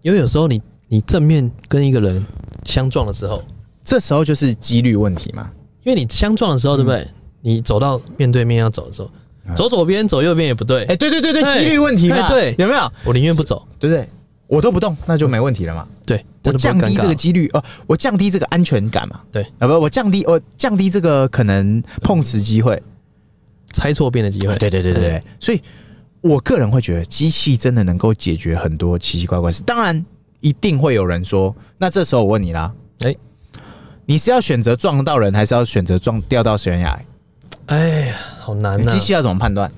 S1: 因为有时候你你正面跟一个人相撞的时候，
S2: 这时候就是几率问题嘛。
S1: 因为你相撞的
S2: 嗯
S1: 时候，对不对？你走到面对面要走的时候，走左边走右边也不对，
S2: 哎，对对对对，
S1: 对
S2: 几率问题嘛，
S1: 哎对
S2: 有没有？
S1: 我宁愿不走，
S2: 对不对？我都不动，那就没问题了嘛。
S1: 对，
S2: 我
S1: 但是
S2: 降
S1: 不会尴
S2: 低这
S1: 尬
S2: 个几率，哦，我降低这个安全感嘛。
S1: 对
S2: 啊，不，我降低，我降低这个可能碰瓷机会。
S1: 猜错边的机会，
S2: 对对对对
S1: 嗯
S2: 对，所以我个人会觉得机器真的能够解决很多奇奇怪怪事。当然，一定会有人说，那这时候我问你啦，
S1: 哎
S2: 你是要选择撞到人，还是要选择撞掉到悬崖？
S1: 哎呀，好难呐
S2: 机！器要怎么判断？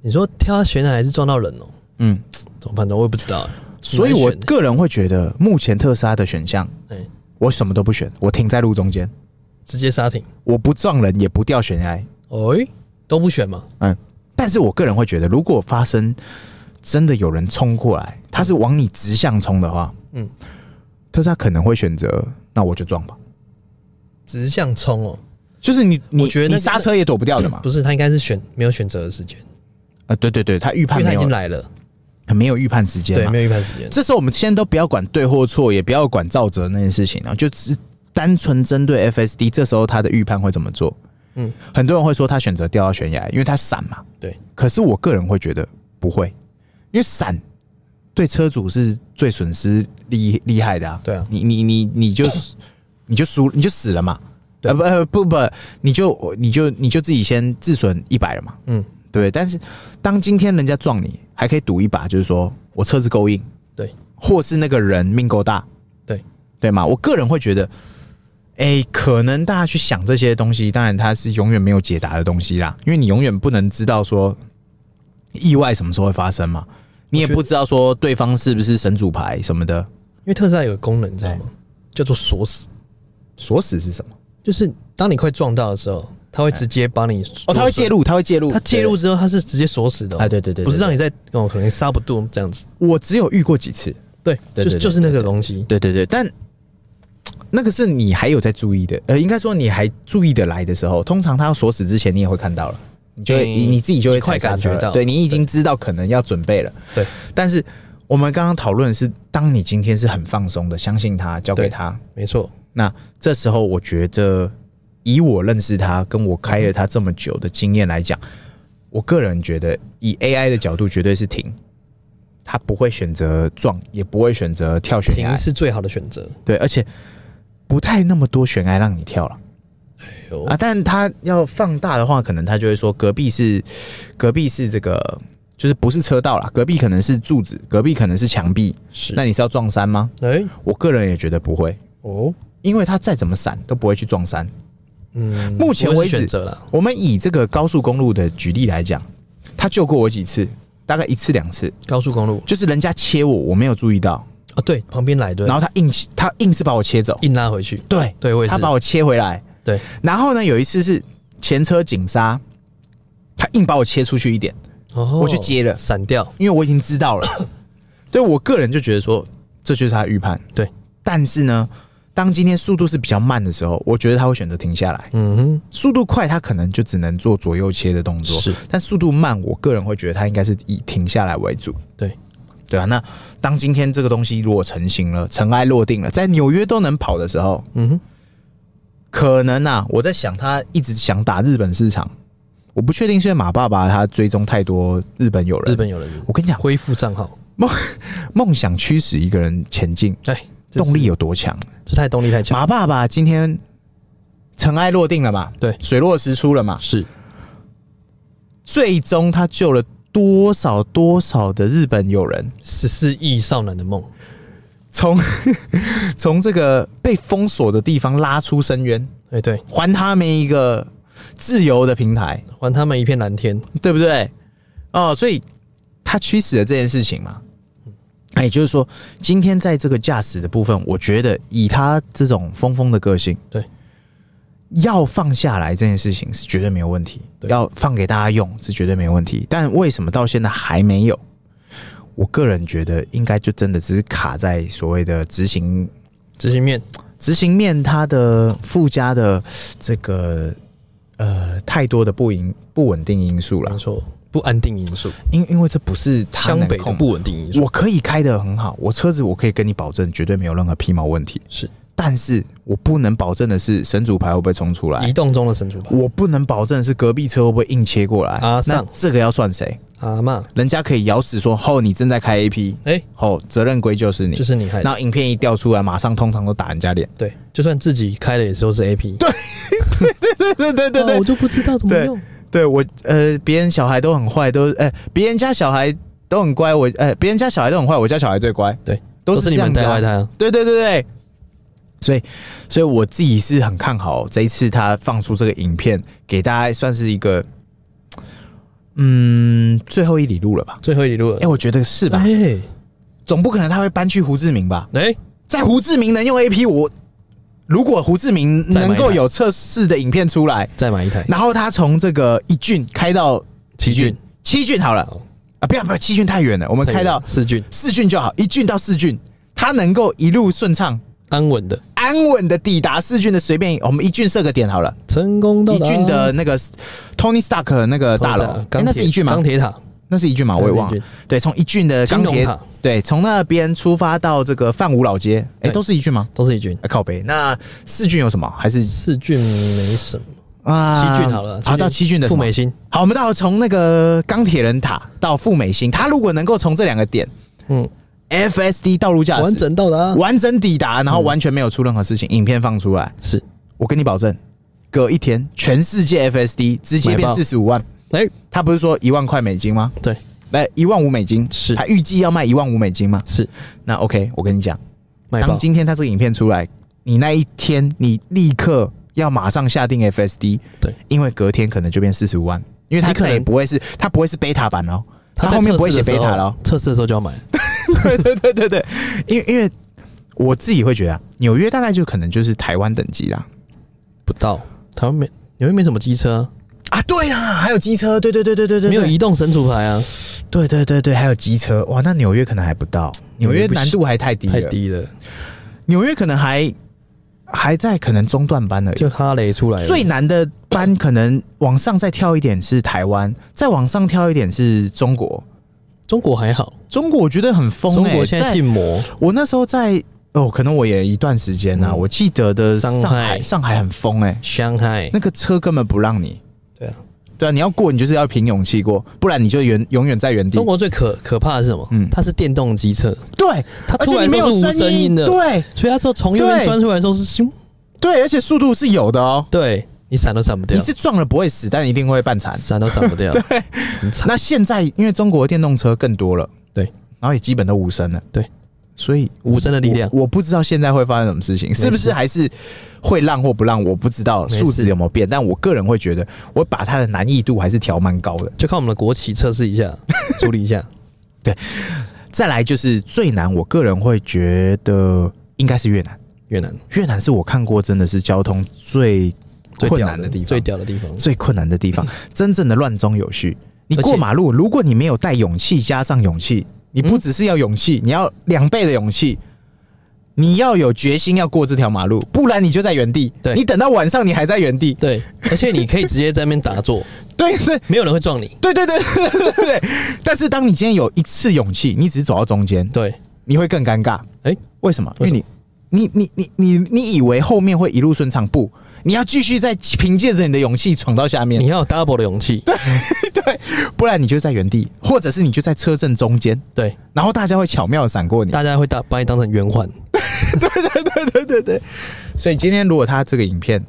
S1: 你说跳到悬崖还是撞到人哦？
S2: 嗯，
S1: 怎么判断？我也不知道。啊
S2: 所以我
S1: 你来选
S2: 个人会觉得，目前特斯拉的选项，
S1: 哎，
S2: 我什么都不选，我停在路中间，
S1: 直接刹停，
S2: 我不撞人，也不掉悬崖。
S1: 哎，都不选嘛？
S2: 嗯，但是我个人会觉得，如果发生真的有人冲过来，他是往你直向冲的话，嗯
S1: 嗯，
S2: 特斯拉可能会选择，那我就撞吧。
S1: 直向冲哦，
S2: 就是你，你
S1: 我觉得那嗯
S2: 你刹车也躲不掉的嘛。
S1: 不是，他应该是选没有选择的时间，
S2: 啊，对对对，他预
S1: 因
S2: 判
S1: 为他
S2: 没
S1: 已
S2: 有
S1: 经来了，
S2: 没有预判时间
S1: 对，
S2: 嘛
S1: 没。有预判时间。
S2: 这时候我们先都不要管对或错，也不要管赵哲那件事情啊，就只单纯针对 FSD。这时候他的预判会怎么做？嗯
S1: 嗯，
S2: 很多人会说他选择掉到悬崖，因为他闪嘛。
S1: 对，
S2: 可是我个人会觉得不会，因为闪对车主是最损失厉厉害的啊。
S1: 对啊
S2: 你你你你就 [COUGHS] 你就输你就死了嘛。
S1: 对
S2: 呃不呃不不，你就你就你就自己先自损一百了嘛，
S1: 嗯，
S2: 对不对？但是当今天人家撞你，还可以赌一把，就是说我车子够硬，
S1: 对，
S2: 或是那个人命够大，
S1: 对
S2: 对吗？我个人会觉得，哎、可能大家去想这些东西，当然它是永远没有解答的东西啦，因为你永远不能知道说意外什么时候会发生嘛，你也
S1: 我觉得
S2: 不知道说对方是不是神主牌什么的。
S1: 因为特斯拉有个功能，你知道吗？
S2: 哎
S1: 叫做锁死，
S2: 锁死是什么？
S1: 就是当你快撞到的时候，它会直接帮你
S2: 哦，他会介，入，他会介入，
S1: 它介入之后它是直接锁死的哦
S2: 啊对对对对
S1: 不是让你在哦可能刹不住这样子，
S2: 我只有遇过几次，
S1: 对，
S2: 对
S1: 就
S2: 对对
S1: 就是那个东西，
S2: 对对对，但那个是你还有在注意的，呃，应该说你还注意的来的时候，通常他要锁死之前，你也会看到了，你就会、
S1: 嗯
S2: 你你自己就会
S1: 你快
S2: 踩刹
S1: 感
S2: 车
S1: 觉
S2: 了
S1: 到
S2: 对你已经知道可能要准备了。
S1: 对，
S2: 但是我们刚刚讨论的是，当你今天是很放松的，相信他，交给
S1: 对
S2: 他，
S1: 没错，
S2: 那这时候我觉得，以我认识他跟我开了他这么久的经验来讲，我个人觉得，以 AI 的角度，绝对是停。他不会选择撞，也不会选择跳悬崖
S1: 停，是最好的选择。
S2: 对，而且不太那么多悬崖让你跳了
S1: 哎呦
S2: 啊。但他要放大的话，可能他就会说隔壁是隔壁是这个，就是不是车道啦，隔壁可能是柱子，隔壁可能是墙壁。
S1: 是
S2: 那你是要撞山吗？
S1: 哎、
S2: 我个人也觉得不会，
S1: 哦，
S2: 因为他再怎么闪都不会去撞山。
S1: 嗯，
S2: 目前
S1: 不会
S2: 为
S1: 是
S2: 止
S1: 选择啦，
S2: 我们以这个高速公路的举例来讲，他救过我几次，大概一次两次，
S1: 高速公路
S2: 就是人家切我，我没有注意到，
S1: 啊，对，旁边来对，
S2: 然
S1: 后
S2: 后他硬他硬是把我切走，
S1: 硬拉回去，
S2: 对，
S1: 对，我也是
S2: 他，把我切回来，
S1: 对，
S2: 然后呢，有一次是前车紧刹，他硬把我切出去一点，
S1: 哦
S2: 我去接了
S1: 闪掉，
S2: 因为我已经知道
S1: [COUGHS]
S2: 了。对我个人就觉得说，这就是他的预判。
S1: 对，
S2: 但是呢，当今天速度是比较慢的时候，我觉得他会选择停下来。
S1: 嗯
S2: 速度快，他可能就只能做左右切的动作。
S1: 是，
S2: 但速度慢，我个人会觉得他应该是以停下来为主。
S1: 哼，对，
S2: 对啊，那当今天这个东西如果成型了，尘埃落定了，在纽约都能跑的时候，
S1: 嗯哼，
S2: 可能啊，我在想他一直想打日本市场，我不确定是因为马爸爸他追踪太多日本友人。
S1: 日本有人
S2: 我跟你讲，
S1: 恢复账号，
S2: 梦想驱使一个人前进，
S1: 哎，这
S2: 动
S1: 是
S2: 力有多强？
S1: 这太动力太强，
S2: 马爸爸今天尘埃落定了嘛？
S1: 对
S2: 水落石出了嘛？
S1: 是
S2: 最终他救了多少多少的日本友人，
S1: 十四亿少男的梦，
S2: 从 [LAUGHS] 从这个被封锁的地方拉出深渊，
S1: 哎，对，
S2: 还他们一个自由的平台。
S1: 还他们一片蓝天，
S2: 对不对？哦，所以他驱使了这件事情嘛。哎那也就是说，今天在这个驾驶的部分，我觉得以他这种疯疯的个性，
S1: 对，
S2: 要放下来这件事情是绝对没有问题，
S1: 对
S2: 要放给大家用是绝对没有问题。但为什么到现在还没有？我个人觉得，应该就真的只是卡在所谓的执行
S1: 执行面
S2: 执行面它的附加的这个呃太多的不营不稳定因素了
S1: 没。错，不安定因素，
S2: 因因为这不是他
S1: 湘
S2: 能
S1: 北的
S2: 控，
S1: 不稳定因素
S2: 我可以开的很好，我车子我可以跟你保证绝对没有任何皮毛问题，
S1: 是
S2: 但是我不能保证的是神主牌会不会冲出来
S1: 移，动中的神主牌，
S2: 我不能保证的是隔壁车会不会硬切过来，
S1: 啊
S2: 那
S1: 上
S2: 这个要算谁？
S1: 阿妈，
S2: 人家可以咬死说，吼，你正在开 AP，
S1: 哎，
S2: 吼，责任归咎是你。
S1: 就是你害的。
S2: 那影片一调出来，马上通常都打人家脸。
S1: 对，就算自己开的也都是 A P，对哦
S2: 对对对对对，
S1: 我就不知道怎么
S2: 对
S1: 用。
S2: 对我呃，别人小孩都很坏，都哎，别、人家小孩都很乖，我哎，别、人家小孩都很坏，我家小孩最乖，
S1: 对，
S2: 都
S1: 都是你
S2: 这样
S1: 们
S2: 子
S1: 带
S2: 啊
S1: 坏他啊。
S2: 对对对对，所以所以我自己是很看好这一次他放出这个影片，给大家算是一个嗯最后一里路了吧？
S1: 最后一里路了
S2: 哎、，我觉得是吧？
S1: 哎
S2: 总不可能他会搬去胡志明吧？
S1: 哎，
S2: 在胡志明能用 A P，我如果胡志明
S1: 再买一
S2: 能够
S1: 台
S2: 有测试的影片出来，
S1: 再买一台
S2: 然后他从这个一郡开到
S1: 七郡，
S2: 七郡好了
S1: 好
S2: 啊，不要不要，七郡太远了，我们
S1: 太
S2: 开
S1: 远了
S2: 到
S1: 四郡，
S2: 四郡就好，一郡到四郡，他能够一路顺畅。
S1: 安稳的
S2: 安稳的抵达四郡的随便，我们一郡设个点好了。
S1: 成功到
S2: 一
S1: 达啊
S2: 郡的那个 Tony Stark 的那个大楼，诶
S1: 钢铁
S2: 那是一郡吗
S1: 钢？铁塔
S2: 那是一郡吗？我也忘
S1: 钢铁
S2: 了
S1: 郡。
S2: 对，从一郡的钢
S1: 金
S2: 铁
S1: 融塔，
S2: 对，从那边出发到这个范武老街，哎、
S1: 对
S2: 都是一郡吗？
S1: 都是一郡，
S2: 啊靠北，那四郡有什么？还是
S1: 四郡没什么，
S2: 啊
S1: 七郡好了，
S2: 好到七郡的什
S1: 富
S2: 么
S1: 美。兴，
S2: 好，我们到从那个钢铁人塔到富美兴，他如果能够从这两个点
S1: 嗯，
S2: FSD 道路驾驶
S1: 完整到达
S2: 完整抵达，然后完全没有出任何事情，影片放出来，
S1: 是，
S2: 我跟你保证，隔一天全世界 FSD 直接变
S1: 买爆
S2: 四十五万。
S1: 哎，
S2: 他不是说一万块美金吗？
S1: 对，
S2: 呃一万五美金，
S1: 是
S2: 他预计要卖一万五美金吗？
S1: 是
S2: 那 OK，我跟你讲，
S1: 卖
S2: 当
S1: 爆，
S2: 今天他这个影片出来，你那一天你立刻要马上下定 FSD，
S1: 对，
S2: 因为隔天可能就变四十五万，因为他
S1: 你可
S2: 可
S1: 能
S2: 能也不会是，他不会是 beta 版哦，他
S1: 在
S2: 后面不会
S1: 测试
S2: 写
S1: 的时
S2: beta
S1: 候
S2: 了 [LAUGHS] 哦，
S1: 测试的时候就要买，
S2: 对对对对对，因为因为我自己会觉得、啊，纽约大概就可能就是台湾等级啦。
S1: 不到台湾没纽约没什么机车啊，
S2: 啊，对啦，还有机车，对对对对对对，
S1: 没有
S2: 对
S1: 移动神主牌啊，
S2: 对对对对，还有机车，哇，那纽约可能还不到，纽约
S1: 纽约不行
S2: 难度还太低
S1: 太
S2: 了，
S1: 低了，
S2: 纽约可能还还在可能中段班而已，
S1: 就哈雷出来了，
S2: 最难的班可能往上再跳一点是台湾，再往上跳一点是中国。
S1: 中国还好，
S2: 中国我觉得很疯、欸，
S1: 中国现在禁摩，
S2: 我那时候在哦，可能我也一段时间呢、啊
S1: 嗯
S2: 我记得的
S1: 上
S2: 上
S1: 海
S2: 海，上海很疯哎、
S1: 上海
S2: 那个车根本不让你。
S1: 对啊，
S2: 对啊，你要过你就是要凭勇气过，不然你就原永远在原地
S1: 中。国最可可怕的是什么？
S2: 嗯
S1: 它是电动机车，
S2: 对，
S1: 它
S2: 而
S1: 出
S2: 且
S1: 来的
S2: 你没
S1: 时候
S2: 有
S1: 是无声音的，
S2: 对
S1: 所以它之后从右边
S2: 对
S1: 钻出来的时候是咻，
S2: 对，而且速度是有的哦。
S1: 对啊你闪都闪不
S2: 你
S1: 掉，
S2: 是撞了不会死，但一定会半残。
S1: 闪都闪不
S2: [LAUGHS]
S1: 掉，对，很惨。
S2: 那现在因为中国的电动车更多了，
S1: 对，
S2: 然后也基本都无声了，
S1: 对，
S2: 所以
S1: 无声的力量
S2: 我，我不知道现在会发生什么事情，
S1: 事
S2: 是不是还是会让或不让，我不知道
S1: 没事
S2: 数值有没有变，但我个人会觉得，我把它的难易度还是调蛮高的。
S1: 就看我们的国旗测试一
S2: [LAUGHS]
S1: 下，处理一下。
S2: 再来就是最难，我个人会觉得应该是越南，
S1: 越南
S2: 越南是我看过真的是交通最
S1: 最
S2: 困
S1: 屌
S2: 难的地方，
S1: 最屌的地方。
S2: 最困难的
S1: [LAUGHS]
S2: 地方，真正的乱中有序。你
S1: 而
S2: 过
S1: 且
S2: 马路，如果你没有带勇气加上勇气，你
S1: 嗯
S2: 不只是要勇气，你要两倍的勇气，你要有决心要过这条马路，不然你就在原地。
S1: 对
S2: 你等到晚上你还在原地。
S1: 对，而且你可以直接在那边打
S2: [LAUGHS]
S1: 坐，
S2: 对对
S1: 没有人会撞你。
S2: 对对对对对对对。但是当你今天有一次勇气，你只是走到中间，
S1: 对，
S2: 你会更尴尬。
S1: 哎
S2: 为什么？因
S1: 为
S2: 为
S1: 什么
S2: 你你你你你你以为后面会一路顺畅，不，你要继续再凭借着你的勇气闯到下面
S1: 你。要有 double 的勇气。
S2: 不然你就在原地，或者是你就在车阵中间，
S1: 对，
S2: 然后大家会巧妙地闪过你。
S1: 大家会当把你当成圆环。
S2: 对对对对，所以今天如果他这个影片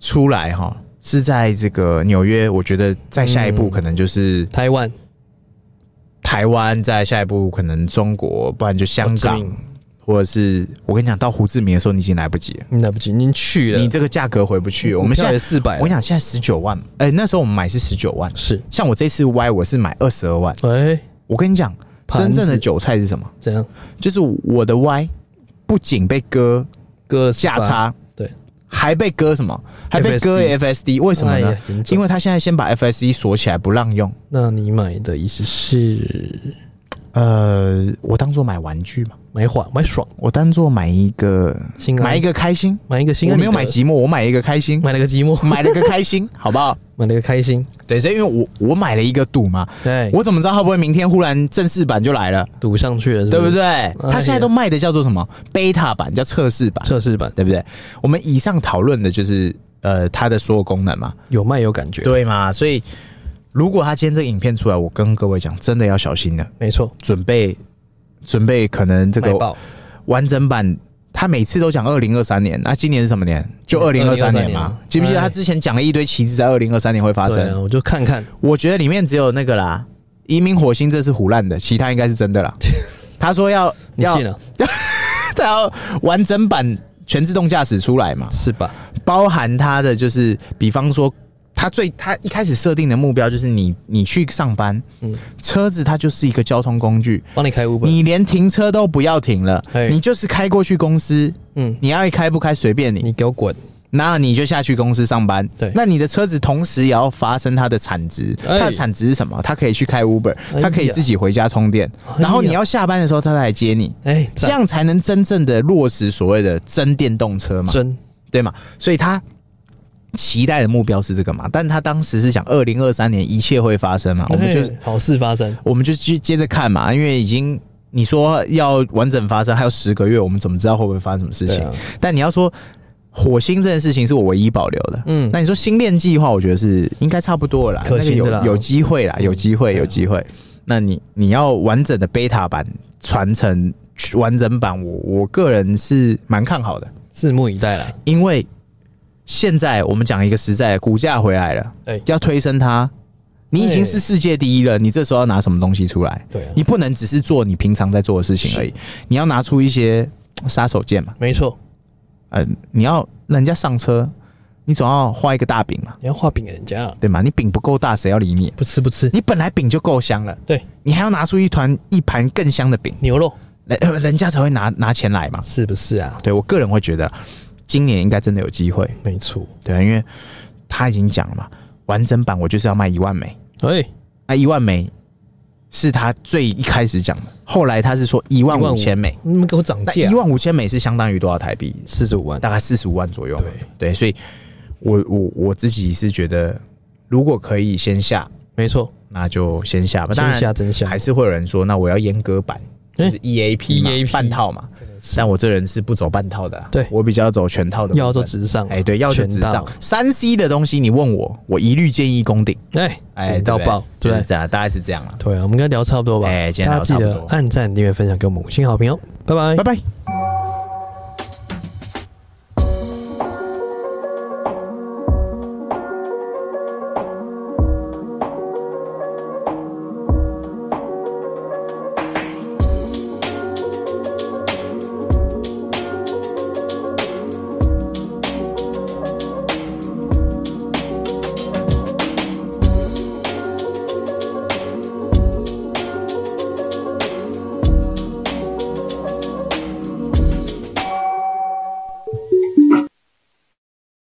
S2: 出来哈，是在这个纽约，我觉得在下一步
S1: 嗯
S2: 可能就是
S1: 台湾、
S2: 台湾，在下一步可能中国，不然就香
S1: 志
S2: 港
S1: 明，
S2: 或者是我跟你讲，到胡志明的时候，你已经来不及了，
S1: 嗯你来不及，你去了。
S2: 你这个价格回不去。我们现在，
S1: 四百
S2: 我跟你，讲，现在十九万，哎、那时候我们买是十九万，
S1: 是，
S2: 像我这次 Y 我是买二十二万。
S1: 哎，
S2: 我跟你讲，
S1: 盘
S2: 真
S1: 子
S2: 正的韭菜是什么？
S1: 怎样？
S2: 就是我的 Y 不仅被割
S1: 割了
S2: 价
S1: 400，
S2: 差，
S1: 对，
S2: 还被割什么？还被割 FSD？为什么
S1: 哎
S2: 呢
S1: 呀严？重
S2: 因为他现在先把 FSD 锁起来不让用。
S1: 那你买的意思是
S2: 呃，我当做买玩具嘛，
S1: 买缓买爽，
S2: 我当做买一个
S1: 心安
S2: 买一个开心。
S1: 买一个心安
S2: 我
S1: 理得，
S2: 没有买寂寞，我买一个开 [LAUGHS] 心，
S1: 买了个寂寞，
S2: 买了个开心，好不好？
S1: 买了个开心。
S2: 对，所以因为我哎我买了一个赌嘛，
S1: 对，
S2: 我怎么知道他不会明天忽然正式版就来了，
S1: 赌上去了，是
S2: 对
S1: 不
S2: 不
S1: 是？
S2: 对？他现在都卖的叫做什么 beta 版，叫测试版，
S1: 测试版
S2: 对不对？我们以上讨论的就是呃它的所有功能嘛，
S1: 有卖有感觉，
S2: 对嘛？所以如果他今天这个影片出来，我跟各位讲，真的要小心了，
S1: 没错，
S2: 准备准备可能这
S1: 买
S2: 个
S1: 爆。
S2: 完整版。他每次都讲二零二三年，那、今年是什么年？就二零二三年嘛
S1: 2023。
S2: 记不记得
S1: 哎
S2: 他之前讲了一堆棋子在二零二三年会发
S1: 对
S2: 生？
S1: 啊，我就看看，
S2: 我觉得里面只有那个啦，移民火星这是胡乱的，其他应该是真的啦。他说要
S1: 你
S2: 要
S1: 信啊了
S2: [LAUGHS] 他要完整版全自动驾驶出来嘛，
S1: 是吧？
S2: 包含它的就是，比方说，它最它一开始设定的目标就是你你去上班，
S1: 嗯，
S2: 车子它就是一个交通工具，
S1: 帮你开 Uber，
S2: 你连停车都不要停了
S1: 嘿，
S2: 你就是开过去公司，
S1: 嗯，
S2: 你爱开不开随便你，
S1: 你给我滚，
S2: 那你就下去公司上班。
S1: 嗯对
S2: 那你的车子同时也要发生它的产值，
S1: 哎
S2: 它的产值是什么？它可以去开 Uber，
S1: 哎呀
S2: 它可以自己回家充电，
S1: 哎呀
S2: 然后你要下班的时候它来接你。
S1: 哎，
S2: 这
S1: 赞
S2: 样才能真正的落实所谓的真电动车嘛，
S1: 真
S2: 对嘛？所以他期待的目标是这个嘛，但他当时是讲二零二三年一切会发生嘛，我们就
S1: 哎好事发生，
S2: 我们就接接着看嘛，因为已经你说要完整发生还有十个月，我们怎么知道会不会发生什么事
S1: 对
S2: 情？
S1: 啊，
S2: 但你要说火星这件事情是我唯一保留的，
S1: 嗯
S2: 那你说星链计划，我觉得是应该差不多了啦，
S1: 可行的啦嗯啊
S2: 那个有有机会啦，有机会，有机会。那你你要完整的 beta 版传承完整版，我我个人是蛮看好的，
S1: 拭目以待啦。
S2: 因为现在我们讲一个实在的，股价回来了，
S1: 哎
S2: 要推升它，你已经是世界第一了，你这时候要拿什么东西出来？
S1: 对啊
S2: 你不能只是做你平常在做的事情而已，你要拿出一些呃杀手锏嘛。
S1: 没错，
S2: 呃，你要让人家上车，你总要画一个大饼嘛，
S1: 你要画饼给人家，啊
S2: 对吗？你饼不够大，谁要理你？
S1: 不吃不吃。
S2: 你本来饼就够香了，
S1: 对，
S2: 你还要拿出一团一盘更香的饼，
S1: 牛肉
S2: 人呃人家才会拿拿钱来嘛。
S1: 是不是啊？
S2: 对我个人会觉得，今年应该真的有机会，
S1: 没错。
S2: 对啊，因为他已经讲了嘛，完整版我就是要卖一万枚，
S1: 哎，
S2: 那一万枚是他最一开始讲的，后来他是说一万五千枚，
S1: 你们给我涨
S2: 那
S1: 价
S2: 一，万五千枚是相当于多少台币？
S1: 四十五万。
S2: 大概四十五万左右嘛。对，所以我我我自己是觉得，如果可以先下，
S1: 没错，
S2: 那就先下吧。当
S1: 真
S2: 然
S1: 下真下
S2: 还，是会有人说，那我要阉割版，就
S1: 哎
S2: 是 EAP 嘛
S1: EAP
S2: 半套嘛。但我这人是不走半套的啊、
S1: 对
S2: 我比较走全套的部分。
S1: 要就直上，啊
S2: 哎，对，要就直
S1: 全
S2: 上
S1: 到。
S2: 三 C 的东西，你问我，我一律建议攻顶。
S1: 哎，
S2: 哎，
S1: 顶到
S2: 对不对
S1: 爆，
S2: 就
S1: 对不
S2: 是
S1: 对
S2: 这样，大概是这样了。
S1: 对啊，我们应该聊差不多吧？
S2: 哎今天
S1: 大
S2: 聊
S1: 家记
S2: 差不
S1: 得
S2: 多
S1: 按赞、订阅、分享给我们五星好评哦，拜拜
S2: 拜。拜。